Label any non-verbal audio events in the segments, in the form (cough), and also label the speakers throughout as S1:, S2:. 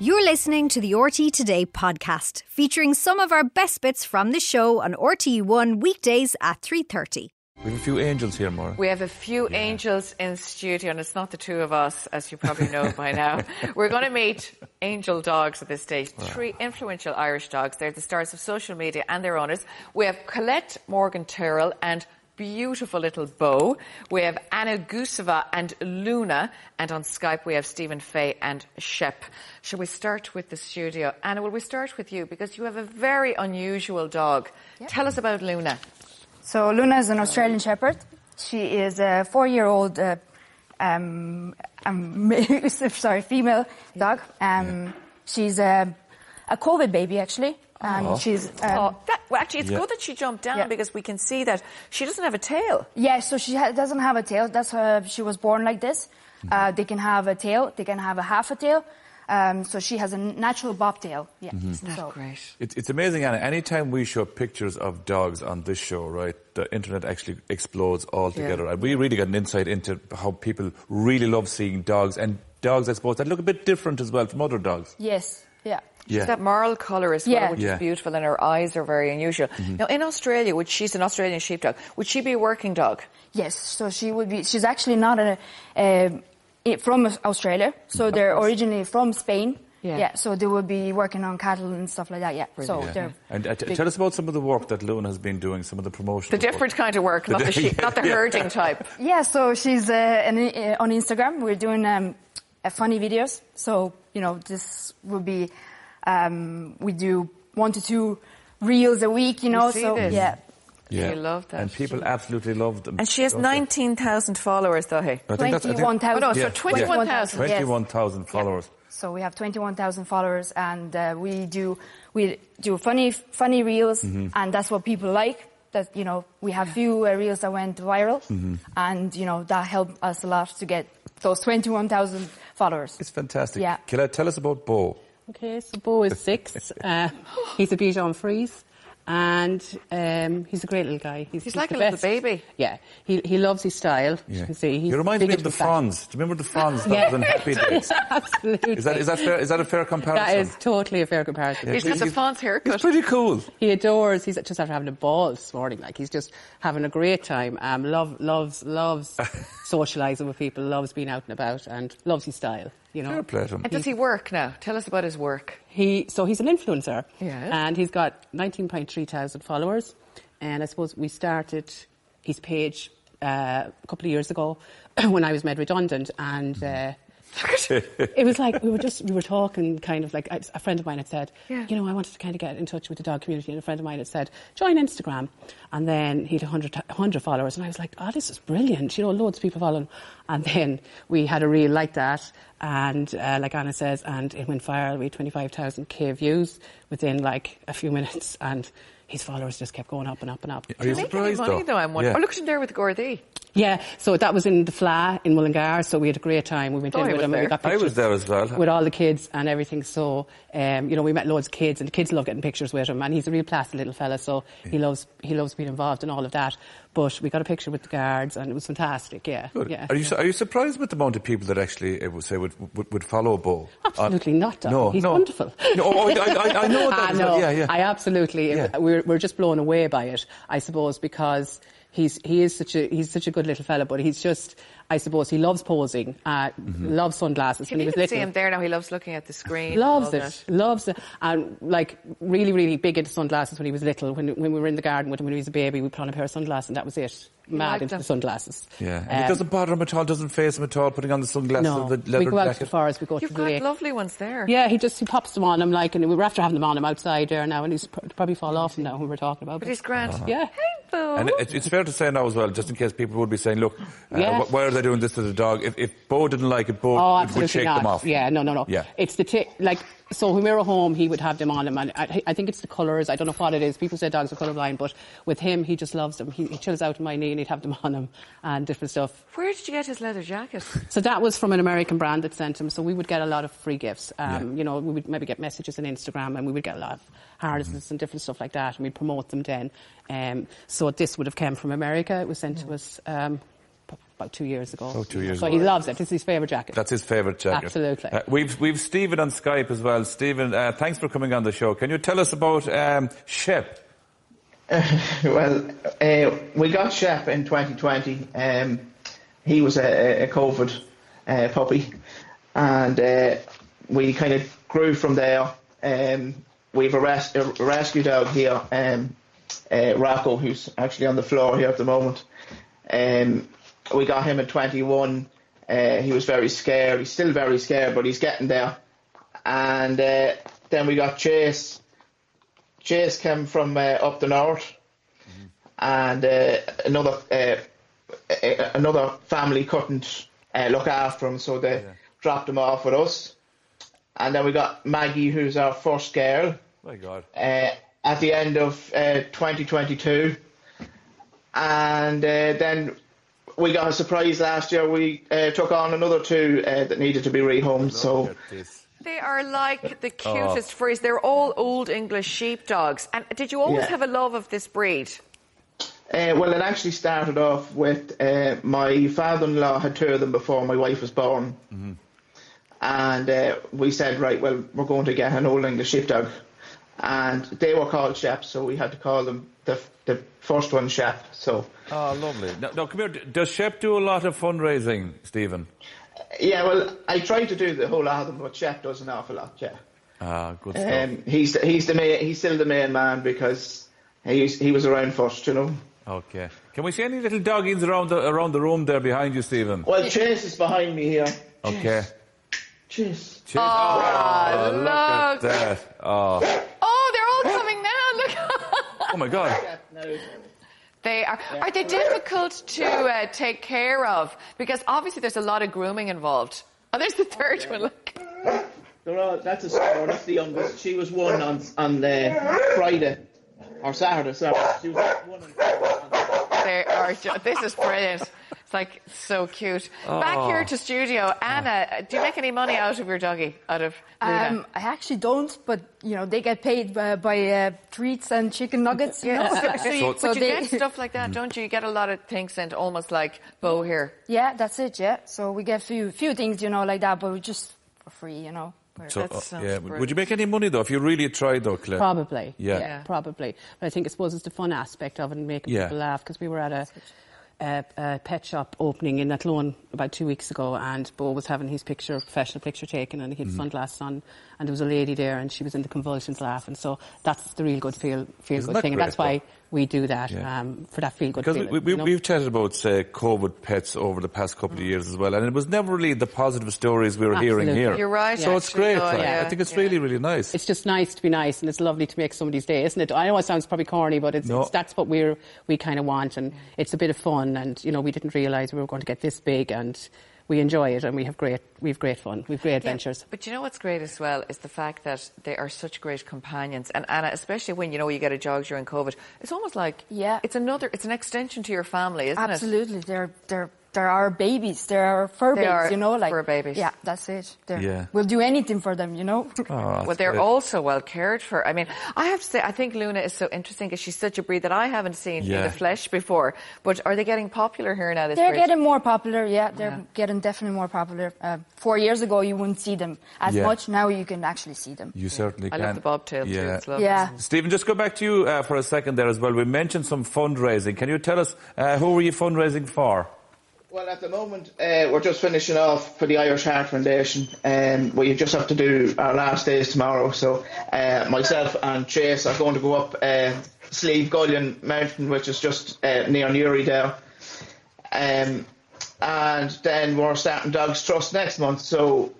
S1: You're listening to the RT Today podcast, featuring some of our best bits from the show on RT1 weekdays at 3.30.
S2: We have a few angels here, Maura.
S3: We have a few angels in studio, and it's not the two of us, as you probably know by now. We're going to meet angel dogs at this stage. Three influential Irish dogs. They're the stars of social media and their owners. We have Colette Morgan Terrell and beautiful little Bo. We have Anna Guseva and Luna. And on Skype, we have Stephen Fay and Shep. Shall we start with the studio? Anna, will we start with you? Because you have a very unusual dog. Tell us about Luna.
S4: So Luna is an Australian Shepherd. She is a four-year-old, uh, um, um, (laughs) sorry, female dog. Um, She's a, a COVID baby, actually. Um, She's um,
S3: Oh, that, well, actually, it's
S2: Yeah.
S3: good that she jumped down
S4: Yeah.
S3: because we can see that she doesn't have a tail.
S4: yeah. So she ha- doesn't have a tail. That's her. She was born like this. Uh, they can have a tail. They can have a half a tail. Um, so she has a natural bobtail. Yeah. So-
S2: It's, it's amazing, Anna. Anytime we show pictures of dogs on this show, right, the internet actually explodes altogether.
S3: Yeah.
S2: And we really got an insight into how people really love seeing dogs and dogs, I suppose, that look a bit different as well from other dogs.
S4: Yes. Yeah.
S3: She's got moral colour as well,
S4: Yeah.
S3: which
S2: Yeah.
S3: is beautiful, and her eyes are very unusual. Now, in Australia, which she's an Australian sheepdog, would she be a working dog?
S4: Yes, so she would be. She's actually not a, um, i from Aus- Australia, so they're originally from Spain.
S3: Yeah.
S4: So they would be working on cattle and stuff like that. Yeah. So
S2: Yeah.
S4: they're.
S2: And uh, t-
S4: big-
S2: tell us about some of the work that Luna has been doing, some of the promotion.
S3: The different kind of work, not the sheep, not the herding type.
S4: Yeah. So she's uh, an, uh, on Instagram. We're doing um, uh, funny videos. So you know, this would be. Um, we do one to two reels a week. You know.
S3: see
S4: so
S3: this?
S4: yeah.
S3: We love that.
S2: And people absolutely love them.
S3: And she has
S2: don't they?
S3: 19,000 followers, though, hey?
S2: I think that's- I think-
S4: Twenty-one thousand.
S3: Oh, no, so 21,000.
S4: yes.
S2: 21,000 followers.
S4: So we have 21,000 followers, and uh, we do we do funny funny reels, and that's what people like. That you know, we have few uh, reels that went viral, and you know that helped us a lot to get those 21,000 followers.
S2: It's fantastic.
S4: Yeah.
S2: Killa, tell us about Bo.
S5: Okay, so Bo
S2: (laughs)
S5: is six. Uh, he's a Bichon Frise, and um, he's a great little guy. He's,
S3: like
S5: the
S3: a little
S5: best.
S3: baby.
S5: Yeah, he he loves his style. You can see. He's
S2: you remind me
S5: big
S2: of the
S5: and fat.
S2: Fonz. Do you remember the Fonz? That
S5: Yeah.
S2: was in Happy Days.
S5: (laughs) Absolutely.
S2: Is that, is, that fair, is that a fair comparison?
S5: That is totally a fair comparison.
S3: He's got the Fonz haircut.
S2: It's pretty cool.
S5: He adores. He's just after having a ball this morning. Like he's just having a great time. Um, love,
S2: (laughs)
S5: loves, loves socialising with people. Loves being out and about, and loves his style. You know.
S2: Fair play to him.
S3: And does he work now? Tell us about his work.
S5: He so he's an influencer.
S3: Yes.
S5: And he's got 19.3 thousand followers. And I suppose we started his page uh, a couple of years ago (clears throat) when I was made redundant and. Uh, it was like we were just we were talking kind of like I- a friend of mine had said you know I wanted to kind of get in touch with the dog community and a friend of mine had said join Instagram and then he had 100, 100 followers and I was like oh this is brilliant you know loads of people following and then we had a reel like that and uh, like Anna says and it went viral we had 25,000k views within like a few minutes and his followers just kept going up and up and up
S2: Are you
S3: Make any
S2: surprised,
S3: money, though, I'm wondering.
S2: Yeah.
S3: Oh, look at him there with Gordy.
S5: yeah so that was in the flat in Mullingar so we had a great time we went
S3: Oh, I
S5: in with
S3: was
S5: him and
S3: there.
S5: we got
S2: I
S5: pictures
S2: was there as well.
S5: with all the kids and everything. So, um, you know, we met loads of kids, and the kids love getting pictures with him. And he's a real placid little fella, so he loves he loves being involved in all of that. But we got a picture with the guards, and it was fantastic. Yeah,
S2: Good.
S5: yeah.
S2: Are you su- are you surprised with the amount of people that actually uh, would say would would, would follow Bo?
S5: Absolutely
S2: Uh,
S5: not. Doc.
S2: No,
S5: he's
S2: no.
S5: wonderful.
S2: No, oh, I, I, I
S5: (laughs)
S2: know that.
S5: I
S2: as well.
S5: know.
S2: Yeah, yeah.
S5: I absolutely.
S2: Yeah.
S5: We're, we're just blown away by it, I suppose, because he's he is such a he's such a good little fella, but he's just. I suppose he loves posing, uh,
S2: Mm-hmm.
S5: loves sunglasses.
S3: Can you
S5: when he was
S3: even see
S5: little,
S3: him there now? He loves looking at the screen.
S5: Loves
S3: and all
S5: it, loves it, and like really, really big into sunglasses when he was little. When when we were in the garden with him when he was a baby, we put on a pair of sunglasses, and that was it. Mad
S3: liked
S5: into
S3: them.
S5: the sunglasses.
S2: yeah. And it
S5: Um,
S2: doesn't bother him at all. Doesn't face him at all. Putting on the sunglasses,
S5: No,
S2: the
S5: we
S2: leather
S5: go out to
S2: jacket.
S5: the forest, we go
S3: You've
S5: to the
S3: got
S5: lake.
S3: lovely ones there.
S5: Yeah, he just he pops them on. I'm like, and we were after having them on him outside there now, and he's pr- probably fall off now when we're talking about.
S3: But he's grand.
S5: yeah,
S3: Hey, Boo.
S2: And it, it's fair to say now as well, just in case people would be saying, look, uh,
S5: Yeah.
S2: wh- why are they doing this to the dog? If, if Bo didn't like it, Bo
S5: Oh,
S2: would-
S5: absolutely
S2: would shake
S5: not.
S2: them off.
S5: Yeah, no, no, no.
S2: Yeah.
S5: It's the t- like so when we were home, he would have them on him, and I, I think it's the colours. I don't know what it is. People say dogs are colourblind, but with him, he just loves them. He, he chills out in my knee, and he'd have them (laughs) on him and different stuff.
S3: Where did you get his leather jacket?
S5: So that was from an American brand that sent him. So we would get a lot of free gifts. Um,
S2: Yeah.
S5: You know, we would maybe get messages on Instagram, and we would get a lot of harnesses and different stuff like that, and we'd promote them then. Um, so this would have come from America. It was sent to us. Um, p- about two years ago.
S2: About Oh, two years
S5: so
S2: ago.
S5: he loves it. It's his favourite jacket.
S2: That's his favourite jacket.
S5: Absolutely.
S2: Uh, we've we've Stephen on Skype as well. Stephen, uh, thanks for coming on the show. Can you tell us about um, Shep?
S6: (laughs) well, uh, we got Shep in 2020. Um, he was a, a COVID uh, puppy, and uh, we kind of grew from there. Um, we have a, res- a rescue dog here, um, uh, Rocco, who's actually on the floor here at the moment. Um, we got him at 21. Uh, he was very scared. He's still very scared, but he's getting there. And uh, then we got Chase. Chase came from uh, up the north, and uh, another uh, a- a- another family couldn't uh, look after him, so they dropped him off with us. And then we got Maggie, who's our first girl,
S2: My God.
S6: uh, at the end of uh, 2022, and uh, then we got a surprise last year. We uh, took on another two uh, that needed to be rehomed, so.
S2: Look at this.
S3: They are like the cutest furries. They're all old English sheepdogs. And did you always
S6: Yeah.
S3: have a love of this breed?
S6: Uh, well, it actually started off with uh, my father-in-law had two of them before my wife was born, and uh, we said, right, well, we're going to get an old English sheepdog, and they were called Shep, so we had to call them the the first one Shep. So
S2: Oh, lovely. Now, now, come here. Does Shep do a lot of fundraising, Stephen?
S6: yeah, well, I tried to do the whole lot of them, but Shep does an awful lot. Yeah,
S2: Ah, good stuff.
S6: um, he's the, he's the main, he's still the main man because he's he was around first, you know.
S2: okay. Can we see any little doggies around the around the room there behind you, Stephen?
S6: Well, Chase is behind me here.
S2: Okay.
S6: Chase.
S2: Cheers. Oh, look at
S3: look.
S2: that. Oh,
S3: Oh, they're all coming now. Look.
S2: oh my God.
S3: (laughs) they are. Are they difficult to uh, take care of? Because obviously there's a lot of grooming involved. Oh, there's the third one. Look.
S6: They're all, that's a score. That's the youngest. She was one on on the Friday or Saturday. Sorry, she was one on Friday.
S3: They are. ju- This is brilliant. It's like so cute. Back
S2: Oh.
S3: here to studio, Anna. uh, Do you make any money out of your doggy? Out of Luna?
S4: Um, I actually don't, but you know they get paid by, by uh, treats and chicken nuggets. You know?
S3: Yeah. (laughs) So, you,
S4: (laughs) so
S3: but you
S4: they-
S3: get stuff like that, don't you? You get a lot of things sent almost like Bo here.
S4: (laughs) Yeah, that's it. Yeah, so we get few few things, you know, like that, but we just for free, you know. We're-
S2: So,
S3: That
S2: uh,
S3: sounds
S2: yeah.
S3: brilliant.
S2: Would you make any money though if you really tried though, Claire?
S5: Probably.
S2: Yeah.
S5: Yeah.
S2: Yeah.
S5: Probably. But I think I suppose it's the fun aspect of it and making
S2: Yeah.
S5: people laugh because we were at a, a, a pet shop opening in Athlone about two weeks ago and Bo was having his picture, professional picture taken and he
S2: Mm-hmm.
S5: had sunglasses on and there was a lady there and she was in the convulsions laughing. So that's the real good feel, feel
S2: Isn't
S5: good
S2: that
S5: thing. and
S2: great,
S5: that's why
S2: though?
S5: we do that
S2: Yeah.
S5: um, for that feel good
S2: Because
S5: feeling.
S2: we, we,
S5: you know?
S2: we've chatted about, say, COVID pets over the past couple of years as well, and it was never really the positive stories we were hearing
S5: Absolutely.
S2: here.
S3: You're right,
S2: So it's
S3: actually,
S2: great.
S3: though,
S2: like, I
S3: yeah.
S2: think it's
S3: Yeah.
S2: really, really nice.
S5: it's just nice to be nice and it's lovely to make somebody's day, isn't it? I know it sounds probably corny, but it's,
S2: No.
S5: it's that's what we're, we kind of want and it's a bit of fun and, you know, we didn't realise we were going to get this big and we enjoy it and we have great, we have great fun. We've great adventures.
S3: But you know what's great as well is the fact that they are such great companions. And Anna, especially when you know you get a dog during COVID, it's almost like
S4: Yeah.
S3: it's another, it's an extension to your family, isn't it?
S4: Absolutely, they're they're they're our babies. They're our fur
S3: They
S4: babies.
S3: are
S4: you know, like
S3: fur babies.
S4: Yeah, that's it. They're,
S2: Yeah.
S4: we'll do anything for them. You
S3: (laughs)
S4: know.
S3: Well, they're
S2: Ah, great.
S3: also well cared for. I mean, I have to say, I think Luna is so interesting because she's such a breed that I haven't seen in
S2: Yeah.
S3: the flesh before. But are they getting popular here now? This
S4: They're
S3: breed?
S4: getting more popular, yeah. They're
S3: Yeah.
S4: getting definitely more popular. Uh, four years ago, you wouldn't see them as
S2: Yeah.
S4: much. Now you can actually see them.
S2: You certainly
S3: I
S2: can.
S3: love the bobtail too.
S2: Yeah.
S3: It's lovely.
S4: Yeah.
S2: Stephen, just go back to you uh, for a second there as well. We mentioned some fundraising. Can you tell us uh, who were you fundraising for?
S6: Well, at the moment, uh, we're just finishing off for the Irish Heart Foundation. Um, we just have to do our last days tomorrow. So, uh, myself and Chase are going to go up uh, Sleeve Gullion Mountain, which is just uh, near Newry there. Um, and then we're starting Dogs Trust next month. So,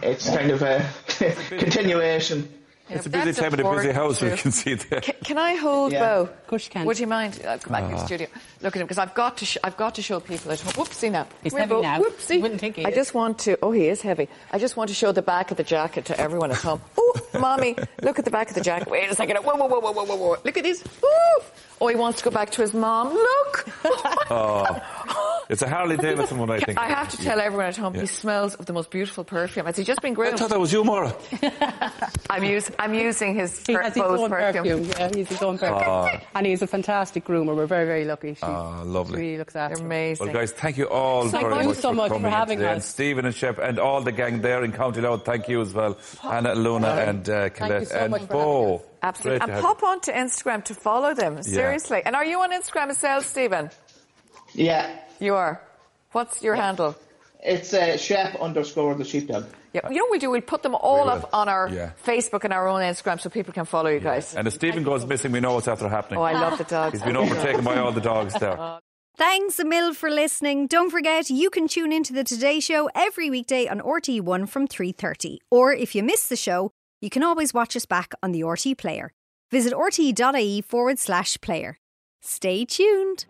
S6: it's kind of a (laughs) continuation.
S2: it's a
S3: but
S2: busy
S3: that's
S2: time in a busy
S3: important
S2: house, we
S3: too.
S2: can see there. (laughs)
S3: Can, can I hold
S6: Yeah.
S3: Bo?
S6: Of
S5: course you can.
S3: Would you mind? I'll come back to
S2: Ah.
S3: the studio. Look at him because I've got to. Sh- I've got to show people at home. Whoopsie now.
S5: He's
S3: Come here,
S5: heavy
S3: Bo.
S5: now.
S3: Whoopsie.
S5: You wouldn't think he
S3: I
S5: is.
S3: just want to. Oh, he is heavy. I just want to show the back of the jacket to everyone at home.
S2: (laughs)
S3: Oh, mommy, look at the back of the jacket. Wait a second. Whoa, whoa, whoa, whoa, whoa, whoa,
S2: (laughs)
S3: whoa. Look at this. Ooh. Oh, he wants to go back to his mom. Look.
S2: It's a Harley Davidson one, Oh, I think.
S3: I have to tell everyone at home, he smells of the most beautiful perfume. Has he just been
S2: I
S3: groomed?
S2: thought that was you, Maura.
S3: I'm, use, I'm using his
S5: He
S3: per-
S5: has his
S3: Bose
S5: own
S3: perfume.
S5: perfume. Yeah, he's his own perfume. and he's a fantastic groomer. We're very, very lucky. She
S2: Ah, lovely.
S5: really looks after
S3: They're
S5: him.
S3: amazing.
S2: Well, guys, thank you all
S5: Thank
S2: very
S5: you
S2: much
S5: so
S2: for
S5: much for
S2: coming in
S5: having
S2: today. And
S5: us.
S2: Stephen and Shep and all the gang there in County Loud, thank you as well. Anna, Luna, and uh, Colette
S5: you so
S2: and
S5: much for having
S2: Bo.
S5: us.
S3: Absolutely.
S2: Great to
S3: And
S2: have
S3: pop onto Instagram to follow them. Seriously. And are you on Instagram as well, Stephen?
S6: Yeah,
S3: You are. What's your handle?
S6: it's uh, Shep underscore the sheepdog.
S3: Yeah. You know what we do? We'll put them all
S2: We
S3: up
S2: will.
S3: on our
S2: Yeah.
S3: Facebook and our own Instagram so people can follow you guys.
S2: you. And if Stephen goes missing, we know what's after happening.
S3: Oh, I love the dogs.
S2: He's been overtaken by all the dogs
S5: (laughs) Oh.
S2: there.
S1: Thanks a mill for listening. Don't forget you can tune into the Today Show every weekday on RT1 from 3:30. Or if you miss the show, you can always watch us back on the RT E player. Visit rt.ie forward slash player. Stay tuned.